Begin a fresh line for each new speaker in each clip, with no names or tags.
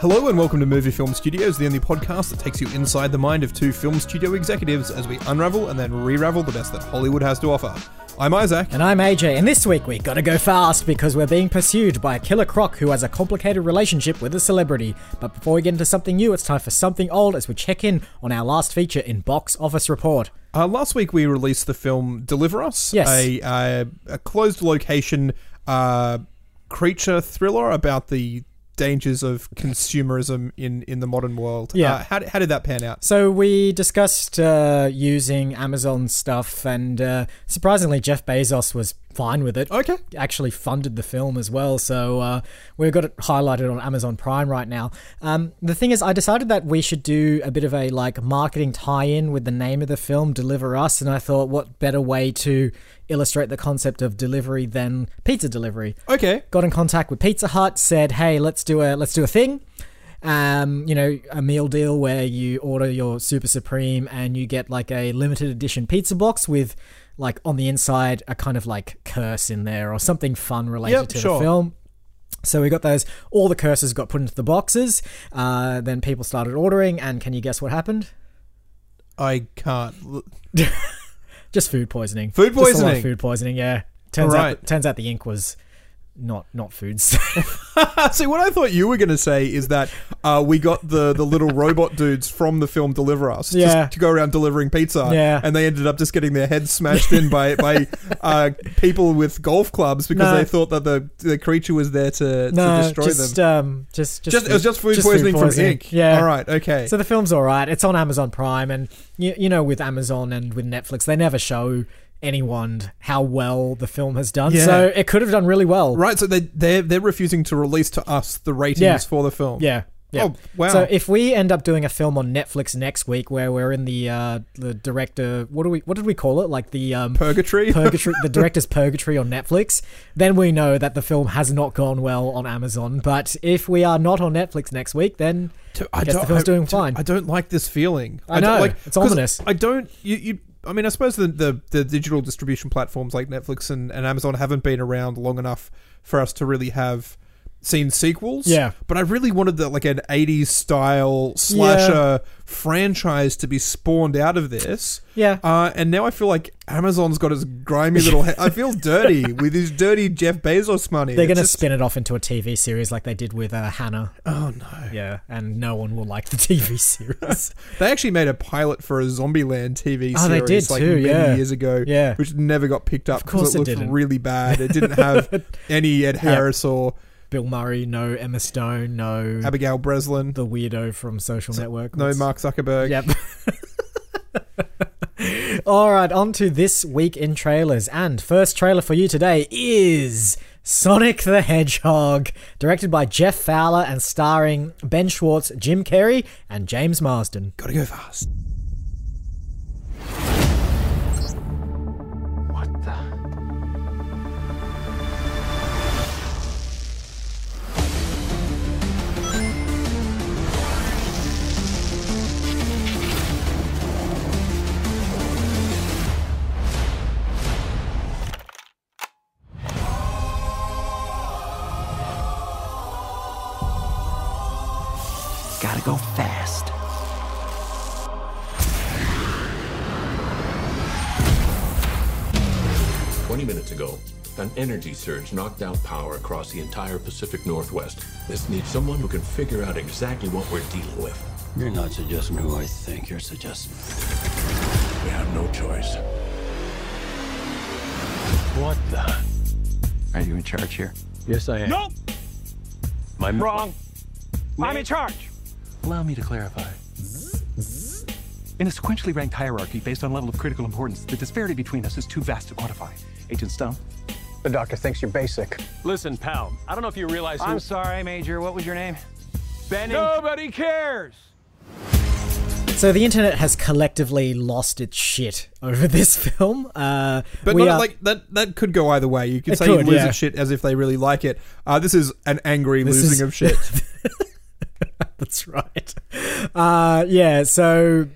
Hello and welcome to Movie Film Studios, the only podcast that takes you inside the mind of two film studio executives as we unravel and then re-ravel the best that Hollywood has to offer. I'm Isaac.
And I'm AJ, and this week we gotta go fast because we're being pursued by a killer croc who has a complicated relationship with a celebrity. But before we get into something new, it's time for something old as we check in on our last feature in Box Office Report.
Uh, last week we released the film Deliver Us,
Yes.
a, uh, a closed location uh, creature thriller about the dangers of consumerism in, in the modern world.
Yeah.
Uh, how, how did that pan out?
So we discussed uh, using Amazon stuff, and uh, surprisingly, Jeff Bezos was fine with it.
Okay.
actually funded the film as well. So uh, we've got it highlighted on Amazon Prime right now. Um, the thing is, I decided that we should do a bit of a like marketing tie-in with the name of the film, Deliver Us, and I thought, what better way to illustrate the concept of delivery than pizza delivery?
Okay.
got in contact with Pizza Hut, said, "Hey, let's do a let's do a thing." Um, you know, a meal deal where you order your Super Supreme and you get like a limited edition pizza box with like on the inside a kind of like curse in there or something fun related
Yep,
to
sure.
the film. So we got those. All the curses got put into the boxes. Uh, then people started ordering, and can you guess what happened?
I can't. l-
Just food poisoning.
Food
Just a lot of
poisoning.
food poisoning. Yeah. Turns
Right.
out, turns out the ink was not not foods.
See, what I thought you were going to say is that uh, we got the, the little robot dudes from the film Deliver Us just
Yeah.
to go around delivering pizza.
Yeah.
And they ended up just getting their heads smashed in by by uh, people with golf clubs because
No.
they thought that the, the creature was there to, to destroy
just,
them.
Um, just, just,
Just, it was just food
food
poisoning,
poisoning.
from ink.
Yeah.
All right. Okay.
So the film's all right. It's on Amazon Prime, and you, you know, with Amazon and with Netflix, they never show anyone how well the film has done.
Yeah.
So it could have done really well.
right. So they they're, they're refusing to release to us the ratings
Yeah.
for the film.
Yeah. Yeah.
Oh wow.
So if we end up doing a film on Netflix next week, where we're in the uh, the director, what do we what did we call it? Like the um,
Purgatory.
purgatory, the director's purgatory on Netflix, then we know that the film has not gone well on Amazon. But if we are not on Netflix next week, then
I
guess the film's doing fine.
I don't like this feeling.
I
don't
know,
like,
it's
'cause
ominous.
I don't. You. you I mean, I suppose the, the, the digital distribution platforms like Netflix and, and Amazon haven't been around long enough for us to really have seen sequels.
Yeah.
But I really wanted that like an '80s style slasher franchise to be spawned out of this.
yeah,
Uh, and now I feel like Amazon's got his grimy little. He- I feel dirty with his dirty Jeff Bezos money.
They're
It's
going to
just-
spin it off into a TV series like they did with uh, Hannah.
Oh no!
Yeah, and no one will like the TV series.
They actually made a pilot for a Zombieland TV
Oh, they
series
did
like
too,
many
yeah.
years ago.
yeah.
which never got picked up
course
because it
it
looked
didn't.
really bad. It didn't have any Ed Harris or
Bill Murray, no Emma Stone, no
Abigail Breslin,
the weirdo from Social Network.
no
What's-
Mark Zuckerberg.
Yep. All right, on to this week in trailers. And first trailer for you today is Sonic the Hedgehog, directed by Jeff Fowler and starring Ben Schwartz, Jim Carrey, and James Marsden.
Gotta go fast.
What the? Gotta go fast.
Twenty minutes ago, an energy surge knocked out power across the entire Pacific Northwest. This needs someone who can figure out exactly what we're dealing with.
You're not suggesting who I think. You're suggesting.
We have no choice.
What the?
Are you in charge here?
Yes, I am.
Nope.
My
Wrong. I'm in charge.
Allow me to clarify.
In a sequentially ranked hierarchy based on level of critical importance, the disparity between us is too vast to quantify. Agent Stone?
The doctor thinks you're basic.
Listen, pal, I don't know if you realize who
I'm sorry, Major. What was your name?
Benny.
Nobody cares!
So the internet has collectively lost its shit over this film. Uh,
But
we
not,
are-
like that, that could go either way. You could
It
say
could,
losing
yeah.
shit as if they really like it. Uh, this is an angry losing
is-
of shit.
That's right. Uh, yeah. So,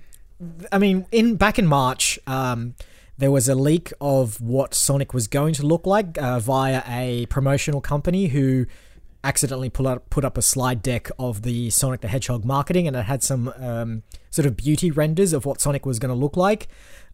I mean, in back in March, um, there was a leak of what Sonic was going to look like uh, via a promotional company who accidentally pull up, put up a slide deck of the Sonic the Hedgehog marketing, and it had some um, sort of beauty renders of what Sonic was going to look like.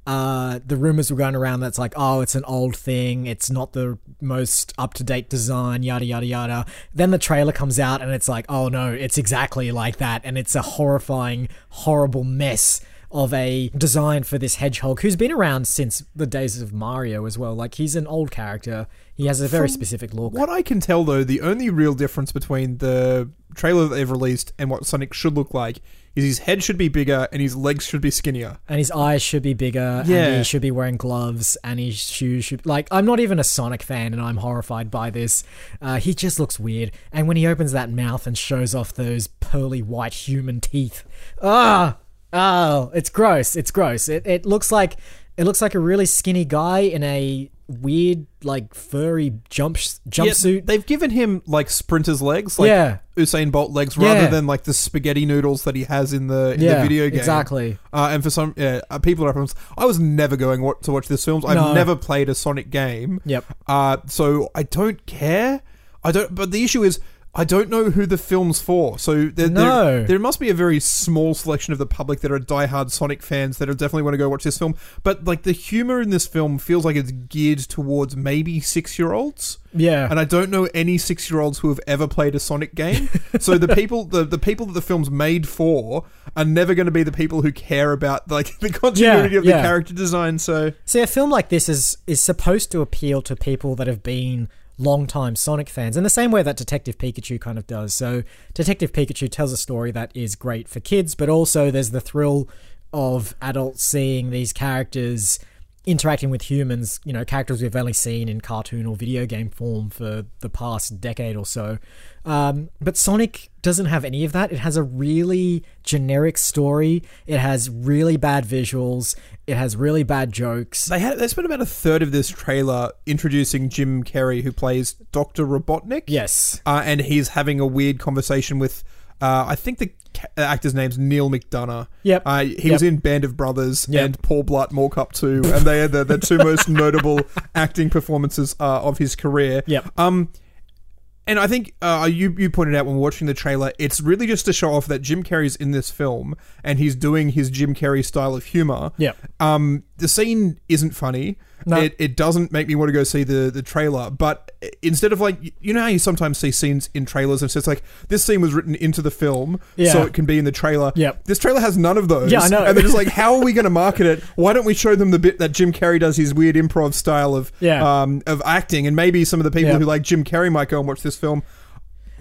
Uh, the rumors were going around that's like, oh, it's an old thing. It's not the most up to date design, yada, yada, yada. Then the trailer comes out and it's like, oh no, it's exactly like that. And it's a horrifying, horrible mess of a design for this hedgehog who's been around since the days of Mario as well. Like, he's an old character. He has a very specific look.
What I can tell, though, the only real difference between the trailer that they've released and what Sonic should look like is his head should be bigger and his legs should be skinnier.
and his eyes should be bigger and
Yeah.
he should be wearing gloves and his shoes should like i'm not even a sonic fan and i'm horrified by this uh, he just looks weird and when he opens that mouth and shows off those pearly white human teeth ah oh it's gross it's gross it, it looks like it looks like a really skinny guy in a weird like furry jump
Yet
jumpsuit
they've given him like sprinter's legs, like
Yeah.
Usain Bolt legs,
Yeah.
rather than like the spaghetti noodles that he has in the in
Yeah,
the video game.
exactly.
Uh, and for some yeah, uh, people are I was never going wa- to watch this film. I've
No.
never played a Sonic game.
Yep.
Uh, so I don't care. I don't. But the issue is. I don't know who the film's for, so there,
No.
there, there must be a very small selection of the public that are diehard Sonic fans that are definitely want to go watch this film. But like the humor in this film feels like it's geared towards maybe six year olds.
Yeah.
And I don't know any six year olds who have ever played a Sonic game. so the people the, the people that the film's made for are never going to be the people who care about like the continuity
Yeah,
of
yeah.
the character design. So
See, a film like this is is supposed to appeal to people that have been long-time Sonic fans in the same way that Detective Pikachu kind of does. So, Detective Pikachu tells a story that is great for kids, but also there's the thrill of adults seeing these characters interacting with humans, you know, characters we've only seen in cartoon or video game form for the past decade or so. Um, but Sonic doesn't have any of that. It has a really generic story. It has really bad visuals. It has really bad jokes.
they had they spent about a third of this trailer introducing Jim Carrey, who plays Doctor Robotnik.
Yes.
uh, and he's having a weird conversation with. Uh, I think the ca- the actor's name's Neil McDonough.
Yep.
Uh, he was
Yep.
in Band of Brothers
Yep.
and Paul Blart Mall Cop 2, and they are the, the two most notable acting performances uh, of his career.
Yep.
Um, and I think uh, you you pointed out when watching the trailer, it's really just to show off that Jim Carrey's in this film and he's doing his Jim Carrey style of humor.
Yep.
Um, the scene isn't funny.
No.
It, it doesn't make me want to go see the, the trailer. But instead of like, you know how you sometimes see scenes in trailers and it's just like, this scene was written into the film
Yeah.
so it can be in the trailer.
Yep.
This trailer has none of those.
Yeah, I know.
And they're just like, how are we going to market it? Why don't we show them the bit that Jim Carrey does his weird improv style of,
Yeah.
um, of acting? And maybe some of the people
Yeah.
who like Jim Carrey might go and watch this film.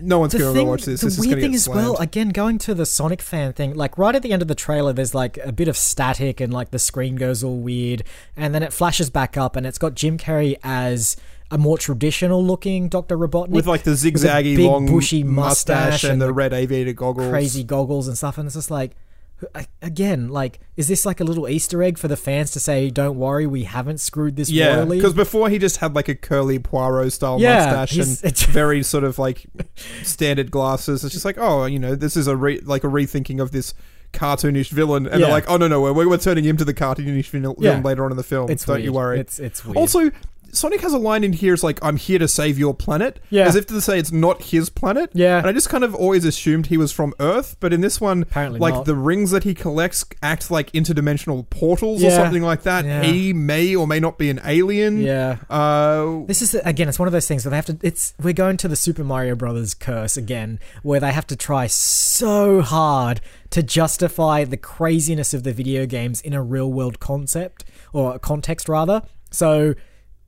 No one's going to watch this.
The
this is going
weird
to
thing
get
as well,
slammed.
again, going to the Sonic fan thing, like right at the end of the trailer, there's like a bit of static and like the screen goes all weird, and then it flashes back up, and it's got Jim Carrey as a more traditional looking Doctor Robotnik
with like the
a
zigzaggy
big
long
bushy
mustache and, the
the
red aviator goggles.
crazy goggles and stuff, and it's just like. a- Again, like, is this like a little Easter egg for the fans to say, "Don't worry, we haven't screwed this
Yeah,
royally"?
because before he just had like a curly Poirot style
Yeah,
mustache
he's-
and
it's-
very sort of like standard glasses. It's just like, oh, you know, this is a re- like a rethinking of this cartoonish villain, and
Yeah.
they're like, oh no, no, we're, we're turning him to the cartoonish vil- villain
Yeah.
later on in the film.
It's
Don't you
weird.
worry.
It's- it's weird.
Also, Sonic has a line in here. It's like, I'm here to save your planet.
Yeah.
as if to say it's not his planet.
Yeah.
and I just kind of always assumed he was from Earth, but in this one,
Apparently
like
not.
the rings that he collects act like interdimensional portals or
Yeah.
something like that.
Yeah.
He may or may not be an alien.
yeah,
Uh,
This is again. It's one of those things where they have to. It's we're going to the Super Mario Brothers curse again, where they have to try so hard to justify the craziness of the video games in a real world concept or context rather. So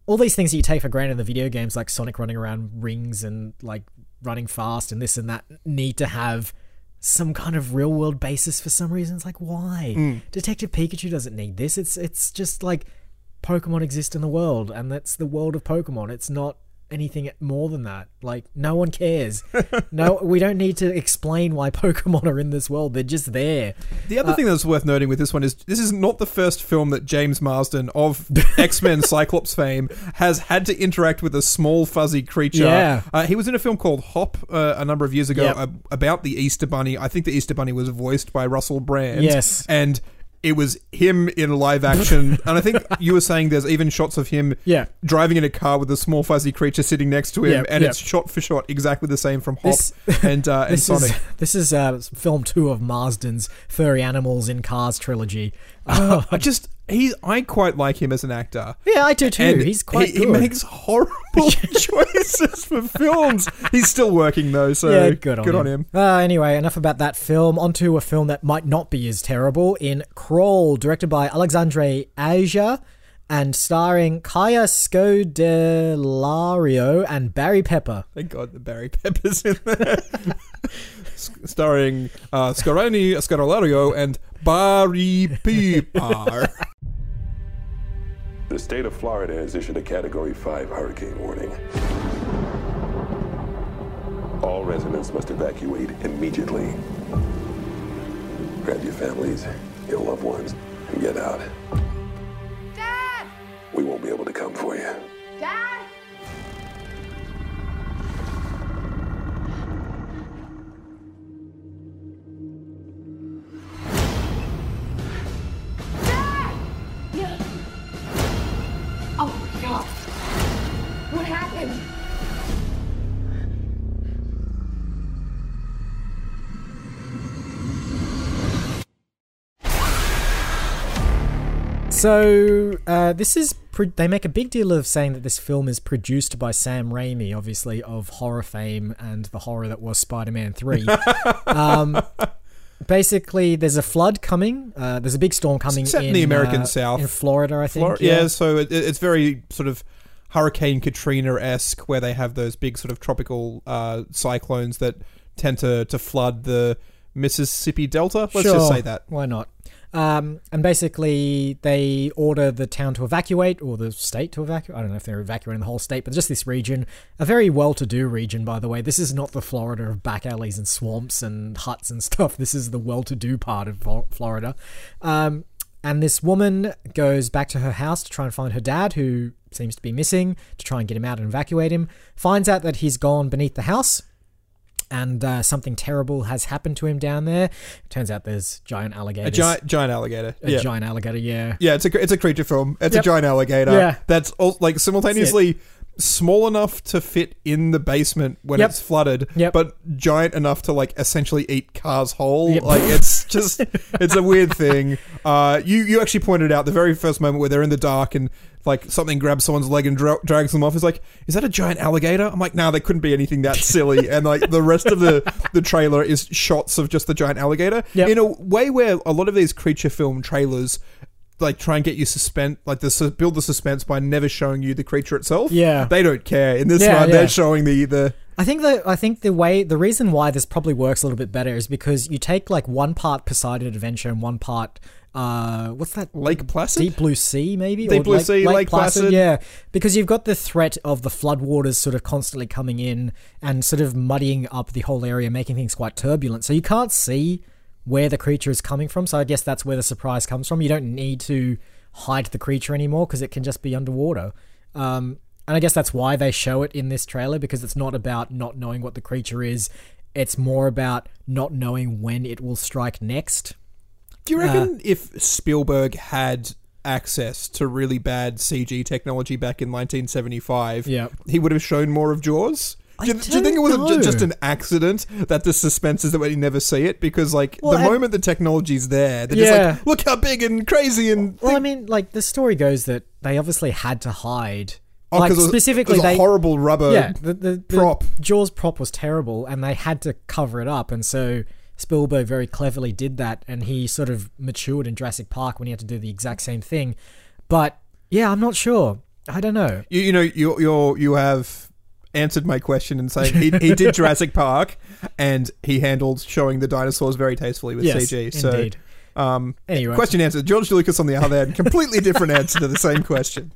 all these things that you take for granted in the video games, like Sonic running around rings and like running fast and this and that, need to have some kind of real world basis for some reason. It's like why Detective Pikachu doesn't need this. It's it's just like Pokemon exist in the world, and that's the world of Pokemon. It's not anything more than that. Like no one cares. no, we don't need to explain why Pokemon are in this world. They're just there.
the
Uh,
other thing that's worth noting with this one is this is not the first film that James Marsden of X Men Cyclops fame has had to interact with a small fuzzy creature.
Yeah.
Uh, he was in a film called Hop uh, a number of years ago
Yep.
ab- about the Easter Bunny. I think the Easter Bunny was voiced by Russell Brand.
Yes.
And It was him in live action, and I think you were saying there's even shots of him
Yeah.
driving in a car with a small fuzzy creature sitting next to him,
Yep,
and
yep.
it's shot for shot exactly the same from Hop
This-
and uh, and
This is,
Sonic.
this is uh, film two of Marsden's Furry Animals in Cars trilogy.
I just he I quite like him as an actor.
yeah, I do too.
And
He's quite
he,
good.
he makes horrible choices for films. He's still working though, so
yeah, good on him.
on him.
Uh, anyway, enough about that film. Onto a film that might not be as terrible in Crawl, directed by Alexandre Aja and starring Kaya Scodelario and Barry Pepper.
Thank God the Barry Pepper's in there. S- Starring uh, Scaroni, Scarolario, and Barry Pepper.
The state of Florida has issued a Category 5 hurricane warning. All residents must evacuate immediately. Grab your families, your loved ones, and get out.
Dad!
We won't be able to come for you.
Dad! Dad! Yeah. Oh my god. What happened?
So uh, this is pro- they make a big deal of saying that this film is produced by Sam Raimi, obviously of horror fame and the horror that was Spider-Man Three. um, basically, there's a flood coming. Uh, there's a big storm coming
Set in
in
the American
uh,
South.
in Florida, I think.
Flor- yeah. so it, it- it's very sort of Hurricane Katrina esque, where they have those big sort of tropical uh, cyclones that tend to, to flood the Mississippi Delta. Let's just
Sure,
say that.
Why not? Um, and basically, they order the town to evacuate or the state to evacuate. I don't know if they're evacuating the whole state, but just this region. A very well to do region, by the way. This is not the Florida of back alleys and swamps and huts and stuff. This is the well to do part of Flo- Florida. Um, and this woman goes back to her house to try and find her dad, who seems to be missing, to try and get him out and evacuate him. Finds out that he's gone beneath the house and uh, something terrible has happened to him down there. Turns out there's giant alligators.
A giant, giant alligator.
a
yeah.
giant alligator, yeah.
Yeah, it's a it's a creature film. It's a
Yep.
giant alligator.
Yeah.
That's all, like simultaneously small enough to fit in the basement when
Yep.
it's flooded,
Yep.
but giant enough to like essentially eat cars whole.
Yep.
Like it's just it's a weird thing. Uh, you you actually pointed out the very first moment where they're in the dark and like something grabs someone's leg and dra- drags them off. It's like, is that a giant alligator? I'm like, nah, there couldn't be anything that silly. and like the rest of the the trailer is shots of just the giant alligator
Yep.
in a way where a lot of these creature film trailers like try and get you suspense like the su- build the suspense by never showing you the creature itself
Yeah.
they don't care in this
Yeah,
one
yeah.
they're showing the the
I think the I think the way the reason why this probably works a little bit better is because you take like one part Poseidon Adventure and one part uh what's that
lake placid
Deep Blue Sea, maybe?
Deep Blue Sea, Lake Placid.
Yeah, because you've got the threat of the floodwaters sort of constantly coming in and sort of muddying up the whole area, making things quite turbulent. So you can't see where the creature is coming from. So I guess that's where the surprise comes from. You don't need to hide the creature anymore because it can just be underwater. Um, and I guess that's why they show it in this trailer because it's not about not knowing what the creature is. It's more about not knowing when it will strike next.
do you reckon if spielberg had access to really bad cg technology back in 1975
Yeah.
he would have shown more of jaws do you, do you think it was a-
don't know.
just an accident that the suspense is that we never see it? Because like
Well,
the
and-
moment the technology's there, they're
Yeah.
just like, look how big and crazy and
Well, I mean, like the story goes that they obviously had to hide,
Oh,
like
'cause it was-
specifically
it was a
they
horrible rubber.
yeah the, the, the
prop.
Jaws prop was terrible, and they had to cover it up, and so Spielberg very cleverly did that, and he sort of matured in Jurassic Park when he had to do the exact same thing. But yeah, I'm not sure. I don't know.
you, you know you you you have answered my question in saying he, he did Jurassic Park and he handled showing the dinosaurs very tastefully with
Yes,
CG. So
indeed.
um
Anyway.
question answered. George Lucas on the other hand, completely different answer to the same question.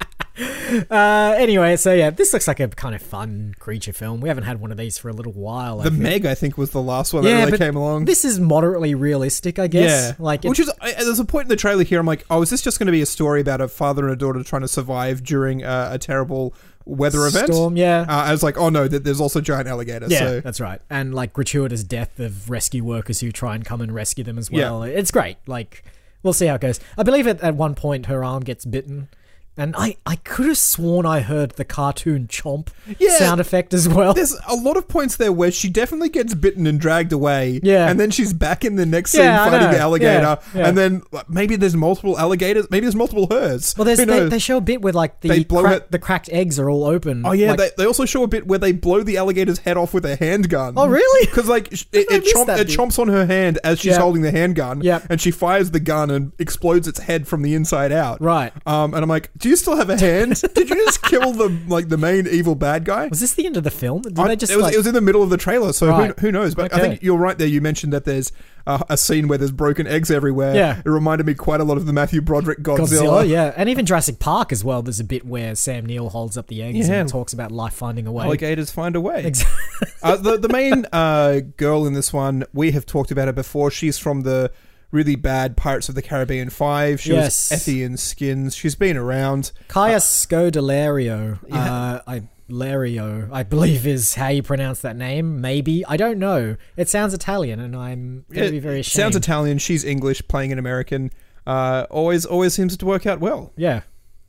Uh, anyway, so yeah, this looks like a kind of fun creature film. We haven't had one of these for a little while. I
The
think.
Meg I think was the last one
yeah,
that really
but
came along.
This is moderately realistic, I guess.
yeah,
like it-
which is I, there's a point in the trailer here. I'm like, oh, is this just going to be a story about a father and a daughter trying to survive during a, a terrible weather event?
Storm, yeah.
Uh, I was like, oh no, th- there's also giant alligators.
Yeah,
so.
that's right. And like gratuitous death of rescue workers who try and come and rescue them as well. It's great. Like we'll see how it goes. I believe at, at one point her arm gets bitten. And I, I could have sworn I heard the cartoon chomp
Yeah.
sound effect as well.
There's a lot of points there where she definitely gets bitten and dragged away.
Yeah.
And then she's back in the next scene
Yeah, I
fighting
know.
the alligator.
Yeah, yeah.
And then like, maybe there's multiple alligators. Maybe there's multiple hers.
Well, there's,
Who
they,
knows?
they show a bit where like the
They blow
crack-
it-
the cracked eggs are all open.
Oh yeah,
Like,
they, they also show a bit where they blow the alligator's head off with a handgun.
Oh, really?
Because like sh- it,
I
it,
missed
chomp,
that
it
bit.
chomps on her hand as she's
Yeah.
holding the handgun.
Yeah.
and she fires the gun and explodes its head from the inside out.
Right.
Um, and I'm like, do you still have a hand? Did you just kill the like the main evil bad guy?
was this the end of the film? Did
I-
they just
it, was,
like,
it was in the middle of the trailer, so
Right.
who, who knows? But I think
Okay.
you're right there. You mentioned that there's uh, a scene where there's broken eggs everywhere.
Yeah.
It reminded me quite a lot of the Matthew Broderick Godzilla.
Godzilla, yeah, and even Jurassic Park as well. There's a bit where Sam Neill holds up the eggs
Yeah. Oh,
and talks about life finding a way.
Alligators find a way.
Ex-
uh, the the main uh, girl in this one, we have talked about her before. She's from the really bad Pirates of the Caribbean Five. She
Yes.
was Effie in Skins. She's been around.
Kaya Scodelario, uh, I Lario, I believe is how you pronounce that name. Maybe I don't know. It sounds Italian, and I'm gonna be
It
very ashamed.
sounds Italian. She's English, playing an American. Uh, always always seems to work out well.
Yeah.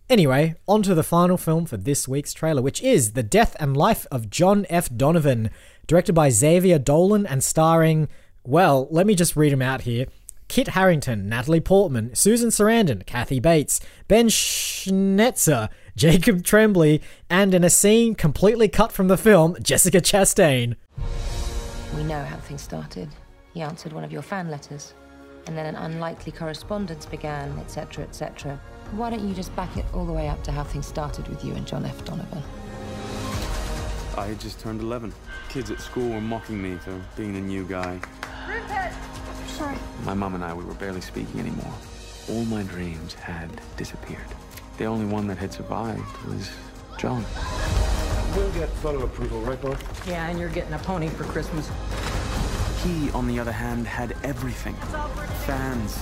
Anyway, on to the final film for this week's trailer, which is The Death and Life of John F. Donovan, directed by Xavier Dolan and starring, well, let me just read them out here. Kit Harrington, Natalie Portman, Susan Sarandon, Kathy Bates, Ben Schnetzer, Jacob Tremblay, and in a scene completely cut from the film, Jessica Chastain.
We know how things started. He answered one of your fan letters, and then an unlikely correspondence began, etc., etc. Why don't you just back it all the way up to how things started with you and John F. Donovan?
I had just turned 11. Kids at school were mocking me for being the new guy.
Rupert! Sorry.
My mom and I, we were barely speaking anymore. All my dreams had disappeared. The only one that had survived was John.
We'll get photo approval, right, Bob?
Yeah, and you're getting a pony for Christmas.
He, on the other hand, had everything fans,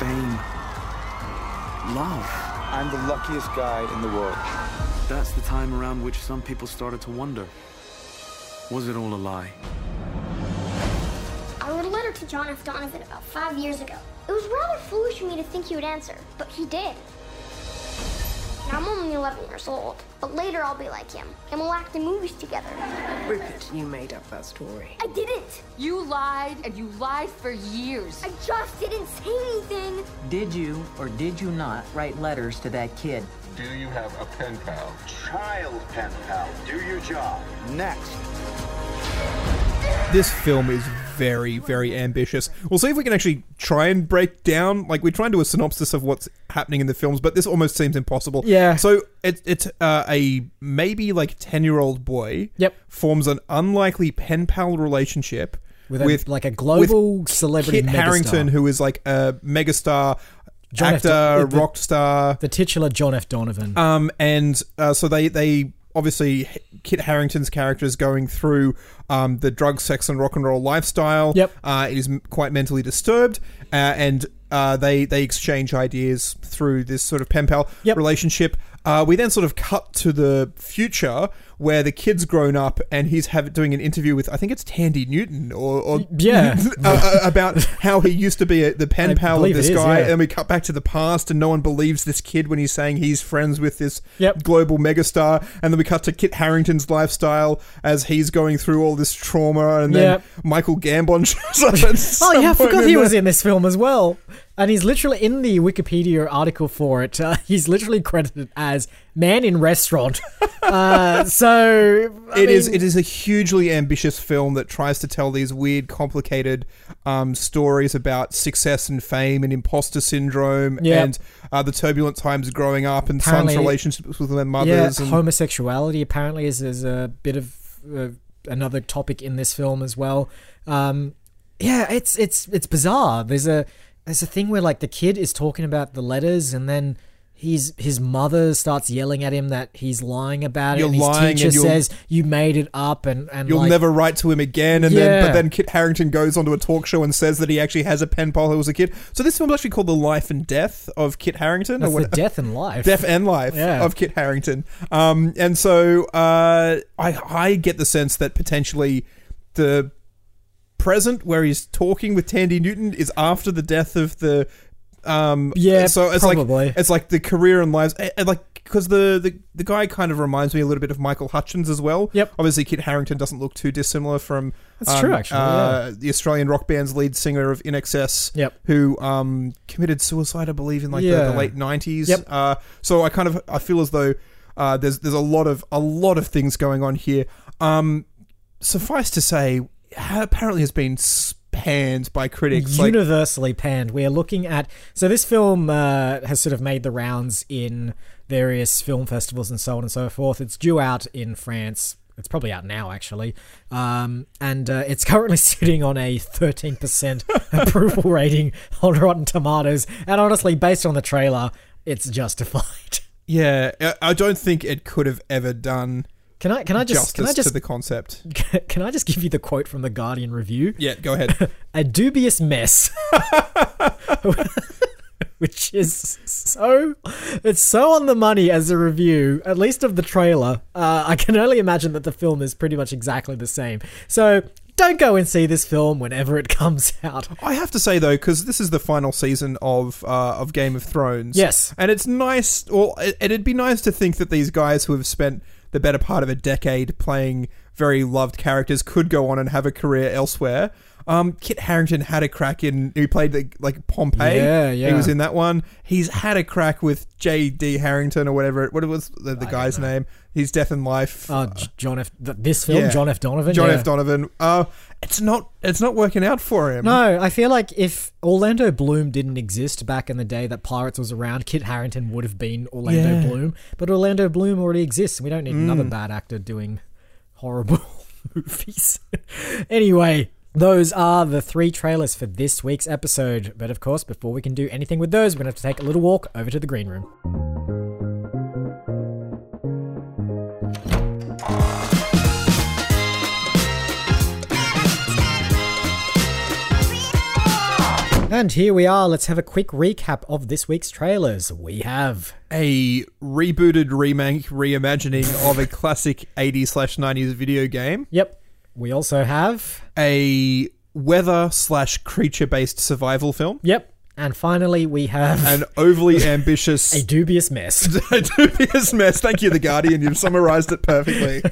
fame, love. I'm the luckiest guy in the world. That's the time around which some people started to wonder was it all a lie?
I wrote a letter to John F. Donovan about five years ago. It was rather foolish of me to think he would answer, but he did. Now, I'm only 11 years old, but later I'll be like him, and we'll act in movies together.
Rupert, you made up that story.
I didn't! You lied, and you lied for years. I just didn't say anything!
Did you or did you not write letters to that kid?
Do you have a pen pal? Child pen pal. Do your job. Next.
this film is very very ambitious we'll see if we can actually try and break down like we try and do a synopsis of what's happening in the films but this almost seems impossible
Yeah.
so it, it's uh, a maybe like 10 year old boy
Yep.
forms an unlikely pen pal relationship
With a- like a global celebrity
Kit
megastar.
Harrington who is like a megastar
John F.
actor
Don- the-
rock star
The titular John F. Donovan.
um, and uh, so they they obviously Kit Harrington's character is going through um, the drug, sex, and rock and roll lifestyle.
Yep.
uh, is m- quite mentally disturbed, uh, and uh, they they exchange ideas through this sort of pen pal relationship. Uh, we then sort of cut to the future where the kid's grown up and he's have, doing an interview with I think it's Tandy Newton or, or
Yeah.
uh, uh, about how he used to be a, the pen
I
pal of
believe it
this
is,
guy
yeah.
and we cut back to the past and no one believes this kid when he's saying he's friends with this
Yep.
global megastar and then we cut to kit harrington's lifestyle as he's going through all this trauma and then
Yep.
michael gambon shows up at
Oh
some
yeah, I
point
forgot he
there.
was in this film as well. And he's literally in the Wikipedia article for it. Uh, he's literally credited as man in restaurant. uh, so I
It is.
mean,
It is a hugely ambitious film that tries to tell these weird, complicated um, stories about success and fame and imposter syndrome
Yeah.
and uh, the turbulent times growing up and
Apparently-
sons' relationships with their
yeah,
mothers. and-
homosexuality apparently is is a bit of uh, another topic in this film as well. Um, yeah, it's it's it's bizarre. There's a there's a thing where like the kid is talking about the letters and then. He's, his mother starts yelling at him that he's lying about it.
You're
and his
lying and
teacher
you'll-
says you made it up, and and
You'll
like-
never write to him again, and then
Yeah.
but then Kit Harrington goes onto a talk show and says that he actually has a pen pal who was a kid. So this film's actually called "The Life and Death of Kit Harrington."
That's
or
the
what,
death and life.
Death and Life
Yeah.
of Kit Harrington. Um, and so uh, I I get the sense that potentially the present where he's talking with Tandy Newton is after the death of the Um,
Yeah,
so it's
probably.
like it's like the career and lives, and, and, like because the, the the guy kind of reminds me a little bit of Michael Hutchins as well. Yep. Obviously, Kit Harrington doesn't look too dissimilar from
That's true, actually,
uh,
yeah.
the Australian rock band's lead singer of INXS.
Yep.
Who um, committed suicide, I believe, in like the,
Yeah.
the late nineties.
Yep.
Uh, so I kind of I feel as though uh, there's there's a lot of a lot of things going on here. Um, suffice to say, ha- apparently has been panned by critics. like-
universally panned. We are looking at so this film uh, has sort of made the rounds in various film festivals and so on and so forth. It's due out in France. It's probably out now, actually, um, and uh, it's currently sitting on a 13% approval rating on Rotten Tomatoes. And honestly, based on the trailer, it's justified.
yeah, I- I don't think it could have ever done.
Can I? Can I just?
justice
Can I
to
just?
the concept?
Can I just give you the quote from the Guardian review?
Yeah, go ahead.
a dubious mess. Which is so, it's so on the money as a review, at least of the trailer. Uh, I can only imagine that the film is pretty much exactly the same. So don't go and see this film whenever it comes out.
I have to say though, because this is the final season of uh, of Game of Thrones.
Yes.
and it's nice. Well, it, it'd be nice to think that these guys who have spent the better part of a decade playing very loved characters could go on and have a career elsewhere. Um, Kit Harrington had a crack in. He played the, like Pompey.
Yeah,
He
yeah.
was in that one. He's had a crack with J.D. Harrington or whatever. What was the, the guy's name? His Death and Life.
Uh, J- John F. th- This film,
Yeah.
John F. Donovan.
John
yeah.
F. Donovan. Uh, it's not. It's not working out for him.
No, I feel like if Orlando Bloom didn't exist back in the day that Pirates was around, Kit Harrington would have been Orlando
Yeah.
Bloom. But Orlando Bloom already exists, and we don't need another
Mm.
bad actor doing horrible movies. anyway, those are the three trailers for this week's episode. But of course, before we can do anything with those, we're going to have to take a little walk over to the green room. And here we are. Let's have a quick recap of this week's trailers. We have.
a rebooted remake reimagining of a classic 80s slash 90s video game
yep we also have
a weather slash creature based survival film
Yep. And finally, we have.
an overly ambitious
a dubious mess.
a dubious mess thank you the guardian you've summarized it perfectly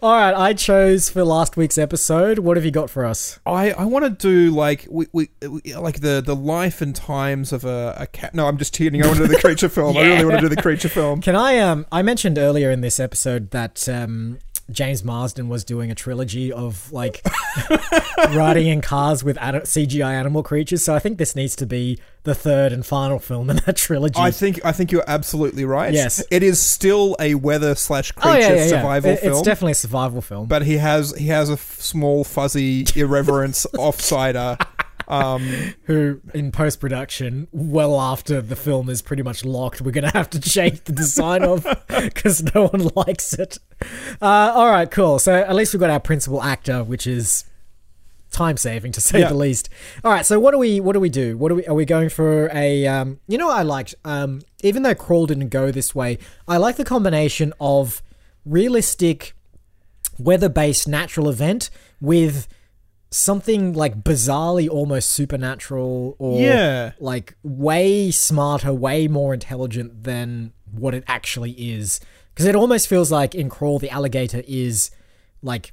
All right, I chose for last week's episode. What have you got for us?
I, I want to do like we, we, we like the, the life and times of a, a cat. No, I'm just cheating. I want to do the creature film. I really want to do the creature film.
Can I? Um, I mentioned earlier in this episode that um, James Marsden was doing a trilogy of like riding in cars with ad- CGI animal creatures. So I think this needs to be the third and final film in that trilogy.
I think I think you're absolutely right.
Yes. Oh,
it is still a weather slash creature survival
It-
film.
It's definitely a survival film.
but he has he has a f- small fuzzy irreverence offsider. Um,
who in post production, well after the film is pretty much locked, we're going to have to change the design of because no one likes it. Uh, all right, cool. So at least we've got our principal actor, which is time saving to say
Yeah.
the least. All right, so what do we what do we do? What do we are we going for a um, you know what I liked um, even though Crawl didn't go this way, I like the combination of realistic weather-based natural event with something like bizarrely almost supernatural or
Yeah.
like way smarter, way more intelligent than what it actually is. Because it almost feels like in Crawl, the alligator is like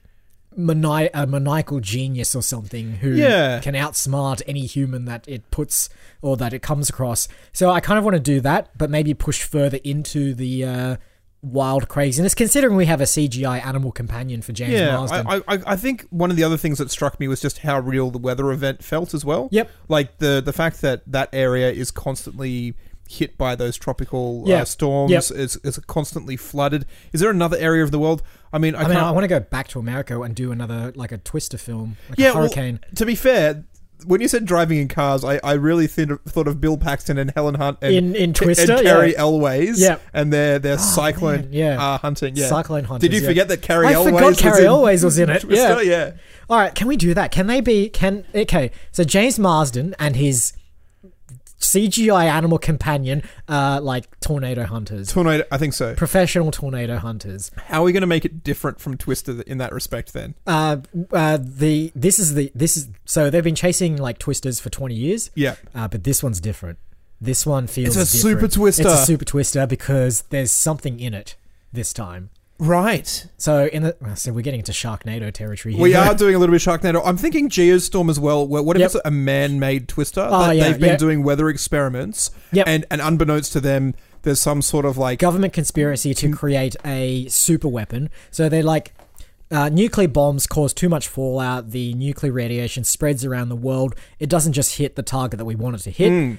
mani- a maniacal genius or something who
Yeah.
can outsmart any human that it puts or that it comes across. So I kind of want to do that, but maybe push further into the. Uh, Wild craziness, considering we have a CGI animal companion for James
yeah,
Marsden.
I, I I I think one of the other things that struck me was just how real the weather event felt as well.
Yep.
like the the fact that that area is constantly hit by those tropical
Yeah.
uh, storms.
Yep.
It's, it's constantly flooded. Is there another area of the world? I mean, I,
I, mean,
can't,
I want to go back to America and do another like a Twister film, like a
well,
hurricane.
to be fair, when you said driving in cars, I, I really th- thought of Bill Paxton and Helen Hunt and,
In- in
and
Twister,
Carrie
yeah.
Elways
Yep. Ah,
and their, their cyclone
yeah.
uh, hunting. Yeah.
Cyclone Hunters.
Did you
yeah.
forget that Carrie
I
Elways
forgot
was
Carrie
in
Elways was in it.
Twister?
yeah.
yeah.
All right, can we do that? Can they be? Can okay? So James Marsden and his CGI animal companion, uh, like tornado hunters.
Tornado, I think so.
Professional tornado hunters.
How are we going to make it different from Twister in that respect? Then
Uh, uh, the this is the this is so they've been chasing like twisters for twenty years.
Yeah.
uh, but this one's different. This one feels
It's a super
different.
twister.
It's a super twister because there's something in it this time.
Right.
So in the well, so we're getting into Sharknado territory. Here.
we are doing a little bit of Sharknado. I'm thinking Geostorm as well. Where, what if it's a man-made Twister
Oh,
that
yeah,
they've been
yeah.
doing weather experiments,
Yep.
and and unbeknownst to them, there's some sort of like
government conspiracy to create a super weapon. So they're like, uh, nuclear bombs cause too much fallout. The nuclear radiation spreads around the world. It doesn't just hit the target that we want it to hit.
Mm.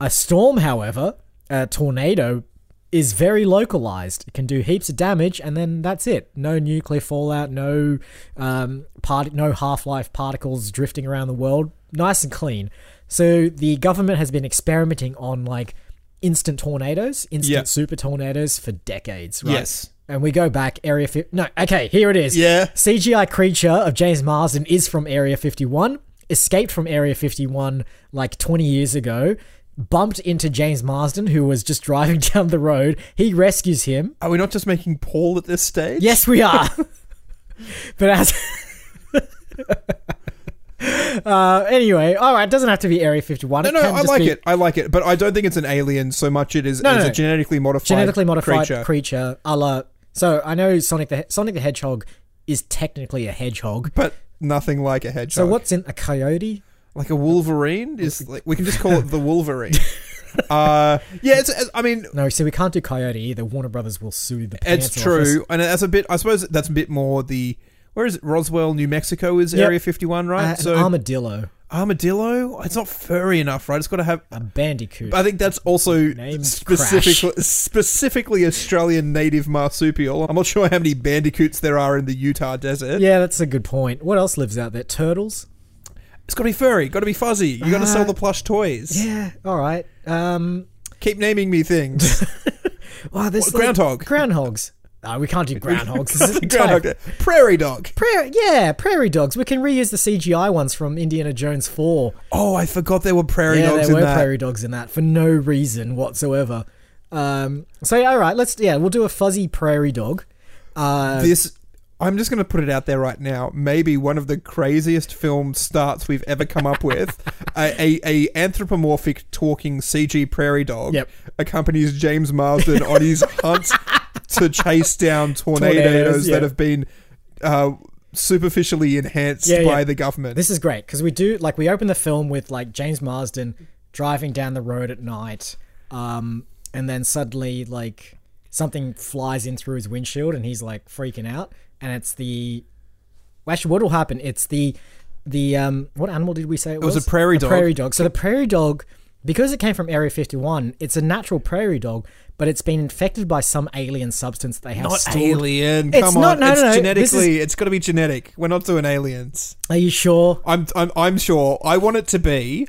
A storm, however, a tornado, is very localized. It can do heaps of damage, and then that's it. No nuclear fallout. No um, part. No half-life particles drifting around the world. Nice and clean. So the government has been experimenting on like instant tornadoes, instant
Yeah.
super tornadoes for decades. Right?
Yes.
And we go back Area 50. No, okay, here it is.
Yeah.
CGI creature of James Marsden is from Area 51, escaped from Area 51 like 20 years ago, bumped into James Marsden, who was just driving down the road. He rescues him.
Are we not just making Paul at this stage?
Yes, we are. but as. uh, anyway, alright, it doesn't have to be Area 51.
No,
It
no,
can
I
just
like
be
it. I like it, but I don't think it's an alien so much. It is
No,
it's
no.
a genetically modified
genetically modified
creature.
creature. a la. So I know Sonic the Sonic the Hedgehog is technically a hedgehog.
but nothing like a hedgehog.
So what's in a coyote?
like a Wolverine is like we can just call it the Wolverine. uh, yeah, it's, it's- I mean,
No, see, we can't do coyote either. Warner Brothers will sue the. Pants
it's
off us.
true, and that's a bit. I suppose that's a bit more the where is it? Roswell, New Mexico is
Yep.
Area Fifty One,
Uh,
right?
an armadillo,
armadillo. It's not furry enough, right? It's got to have.
a bandicoot.
I think that's also
Named
specifically specifically Australian native marsupial. I'm not sure how many bandicoots there are in the Utah desert.
yeah, that's a good point. What else lives out there? Turtles.
It's got to be furry. Got to be fuzzy. You got to sell the plush toys.
Uh, Yeah. All right. Um.
Keep naming me things.
Wow. This
What, groundhog?
Groundhogs. No, we can't do groundhogs. This is
Groundhog.
type.
Prairie dog.
Prairie, yeah, prairie dogs. We can reuse the CGI ones from Indiana Jones Four.
Oh, I forgot there were prairie
yeah,
dogs
there
in
were
that.
prairie dogs in that for no reason whatsoever. Um, so yeah, all right, let's yeah, we'll do a fuzzy prairie dog. Uh,
this I'm just going to put it out there right now. Maybe one of the craziest film starts we've ever come up with. a, a, a anthropomorphic talking CG prairie dog
Yep.
accompanies James Marsden on his hunt to chase down tornadoes,
Tornadoes, yeah.
that have been uh, superficially enhanced
Yeah,
by
yeah.
the government.
this is great because we do like we open the film with like James Marsden driving down the road at night, um, and then suddenly like something flies in through his windshield and he's like freaking out, and it's the well, actually what will happen? It's the the um, what animal did we say it,
was a prairie dog.
Prairie dog. So the prairie dog. Because it came from Area 51, it's a natural prairie dog, but it's been infected by some alien substance they have
not
stored.
alien.
It's
Come
not-
on.
no, no,
it's
no, this
genetically. it's got to be genetic. We're not doing aliens.
Are you sure?
I'm, I'm, I'm sure. I want it to be.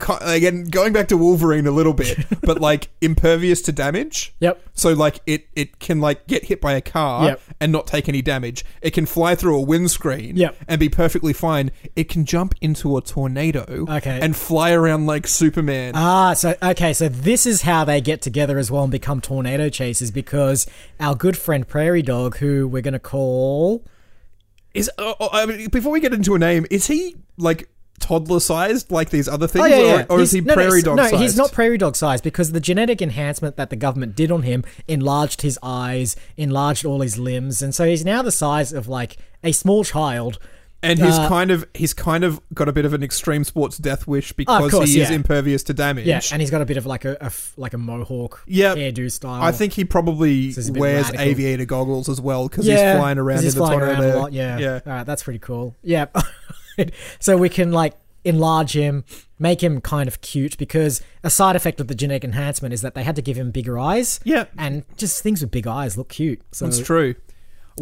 co- Again, going back to Wolverine a little bit, but like impervious to damage.
Yep.
So like it it can like get hit by a car
Yep.
and not take any damage. It can fly through a windscreen
Yep.
and be perfectly fine. It can jump into a tornado
Okay.
and fly around like Superman.
Ah, so okay, so this is how they get together as well and become tornado chasers because our good friend Prairie Dog, who we're gonna call,
Is oh, oh, I mean, before we get into a name, is he like toddler sized like these other things, or, or is
Oh, He's-
he
no, no,
prairie
he's-
dog?
No,
sized?
he's not prairie dog sized because the genetic enhancement that the government did on him enlarged his eyes, enlarged all his limbs, and so he's now the size of like a small child.
And he's
Uh,
kind of he's kind of got a bit of an extreme sports death wish because
Oh, course,
he is
yeah.
impervious to damage.
Yeah, and he's got a bit of like a, a f- like a mohawk
Yeah,
hairdo style.
I think he probably
So he's oh. a bit
wears
radical.
aviator goggles as well because
Yeah,
he's flying
'cause
around
he's
in the
flying around
tornado.
a lot. Yeah.
yeah.
All right, that's pretty cool. Yeah. so we can like enlarge him, make him kind of cute because a side effect of the genetic enhancement is that they had to give him bigger eyes.
Yeah.
And just things with big eyes look cute. So
That's true.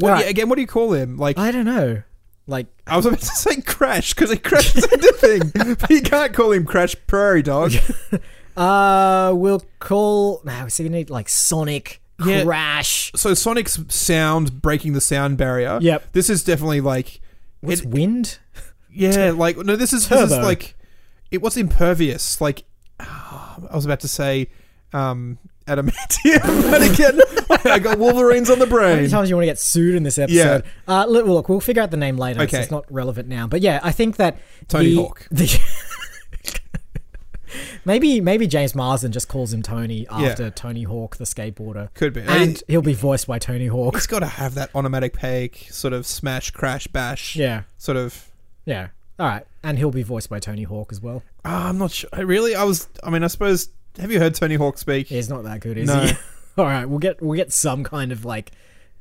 What,
Alright.
yeah, again, what do you call him? Like
I
I,
don't know. Like
was about to say Crash because he crashes into thing. But you can't call him Crash Prairie Dog.
uh we'll call now we see we need like Sonic
Yeah.
Crash.
So Sonic's sound breaking the sound barrier.
Yep.
This is definitely like
What's
it-
wind?
yeah, like no, this is this is
Turbo.
like it was impervious. Like I was about to say um, adamantium, but again, I got Wolverines on the
How many
brain.
times you want to get sued in this episode? Uh, li- well, look, we'll figure out the name later. It's-
Okay.
It's not relevant now. But yeah, I think that
Tony
the-
Hawk.
the- maybe maybe James Marsden just calls him Tony
Yeah.
after Tony Hawk, the skateboarder.
Could be.
and he'll be voiced by Tony Hawk.
It's got to have that onomatopoeic sort of smash, crash, bash.
Yeah.
Sort of.
Yeah. All right, and he'll be voiced by Tony Hawk as well.
Ah, I'm not sure. I Really, I was. I mean, I suppose. Have you heard Tony Hawk speak?
He's not that good, is
No.
he? All right, we'll get we'll get some kind of like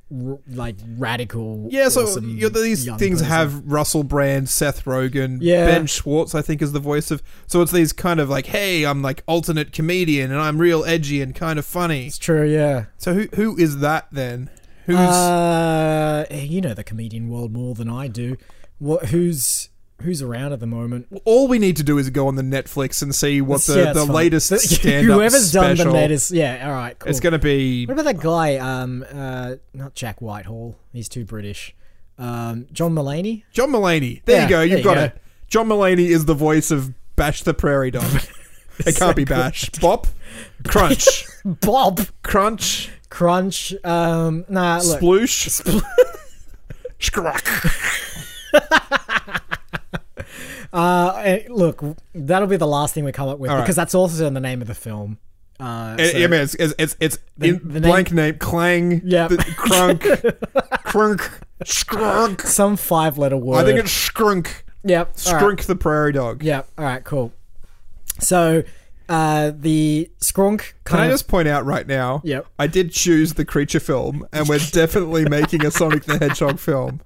r- like radical.
Yeah, so
awesome
you know, these
young
things
person.
have Russell Brand, Seth Rogen,
Yeah.
Ben Schwartz, I think, is the voice of. So it's these kind of like, hey, I'm like alternate comedian and I'm real edgy and kind of funny. It's
true, yeah.
So who who is that then? Who's
uh, you know the comedian world more than I do. What who's who's around at the moment?
all we need to do is go on the Netflix and see what the,
Yeah, it's
the
fine.
latest
The-
stand up
whoever's
special.
done the latest. Yeah, all right, cool.
It's going to be
What about that guy? Um, uh, not Jack Whitehall. He's too British. Um, John Mulaney.
John Mulaney. There
Yeah,
you go.
there
You've
you
got
go.
it. John Mulaney is the voice of Bash the Prairie Dog. it can't be Bash. Bop. Crunch.
Bob
Crunch.
Crunch. Um, nah, look.
Sploosh. Scrack.
Uh, eh, look, that'll be the last thing we come up with
All right.
because that's also in the name of the film. Uh,
It-
so-
I mean, it's it's it's, it's
The-
in
the
blank name, clang,
Yep.
the, crunk, crunk, skrunk.
some five-letter word.
I think it's skrunk,
yep. all right.
skrunk the prairie dog.
Yep. All right. Cool. So, uh, the Skrunk.
Can
Kind
I
of,
just point out right now?
Yep.
I did choose the creature film, and we're definitely making a Sonic the Hedgehog film.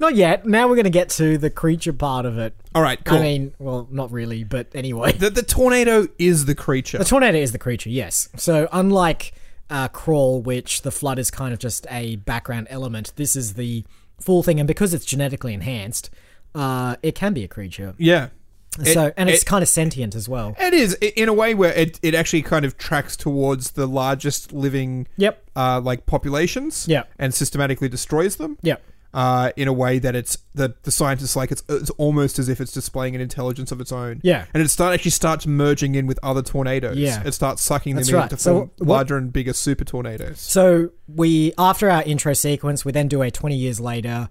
Not yet. Now we're going to get to the creature part of it.
All right, cool.
I mean, well, not really, but anyway.
the, the tornado is the creature.
The tornado is the creature, yes. So, unlike uh, Crawl, which the flood is kind of just a background element, this is the full thing. And because it's genetically enhanced, uh, it can be a creature.
yeah.
so,
It-
and it's
it-
kind of sentient as well.
It is i- in a way where it, it actually kind of tracks towards the largest living
Yep.
uh, like populations
Yep.
and systematically destroys them.
Yep.
Uh, in a way that it's the the scientists like it's it's almost as if it's displaying an intelligence of its own.
Yeah.
And it start actually starts merging in with other tornadoes.
Yeah.
It starts sucking them
That's
in
right.
to
So
form
what-
larger and bigger super tornadoes.
So we, after our intro sequence, we then do a 20 years later,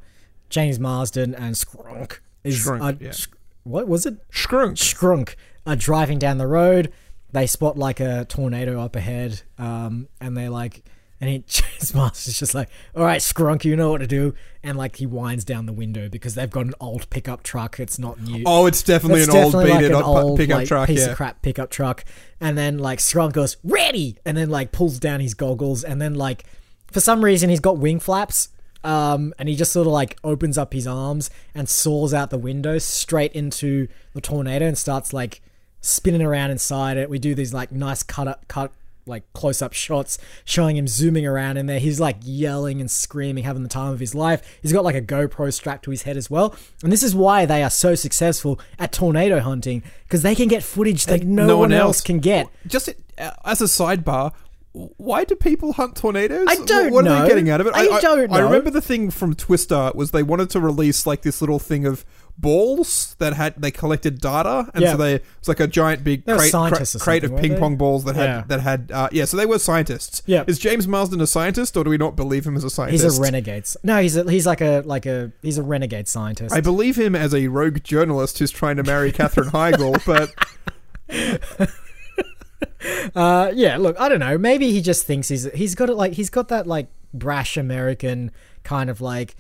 James Marsden and Skrunk is
Shrunk,
are-
yeah.
sh- what was it?
Shrunk.
Skrunk are driving down the road. They spot like a tornado up ahead, um, and they're like, and he, James Marsden's just like, "All right, Skrunk, you know what to do," and like he winds down the window because they've got an old pickup truck. It's not new.
Oh, it's definitely
It's
an old
definitely,
beat
like,
it
an
up pu-
old,
pickup
like,
truck.
piece
yeah.
of crap pickup truck. And then like Skrunk goes ready, and then like pulls down his goggles, and then like for some reason he's got wing flaps. Um, and he just sort of like opens up his arms and soars out the window straight into the tornado and starts like spinning around inside it. We do these like nice cut up, cut like close up shots showing him zooming around in there. He's like yelling and screaming, having the time of his life. He's got like a GoPro strapped to his head as well. And this is why they are so successful at tornado hunting because they can get footage that no, one else can get.
Just uh, as a sidebar, why do people hunt tornadoes?
I don't
What are
know.
they getting out of it?
I don't
I
know.
remember the thing from Twister was they wanted to release like this little thing of balls that had they collected data, and
Yeah.
so they it's like a giant big
They were
crate, cra-
scientists or
crate of
something, weren't
ping
they?
pong balls that had
Yeah.
that had uh, yeah. So they were scientists.
Yeah.
Is James Marsden a scientist, or do we not believe him as a scientist?
He's a renegade. s- No, he's a, he's like a like a he's a renegade scientist.
I believe him as a rogue journalist who's trying to marry Catherine Heigl, but
Uh, yeah, look, I don't know. Maybe he just thinks he's he's got it like he's got that like brash American kind of like,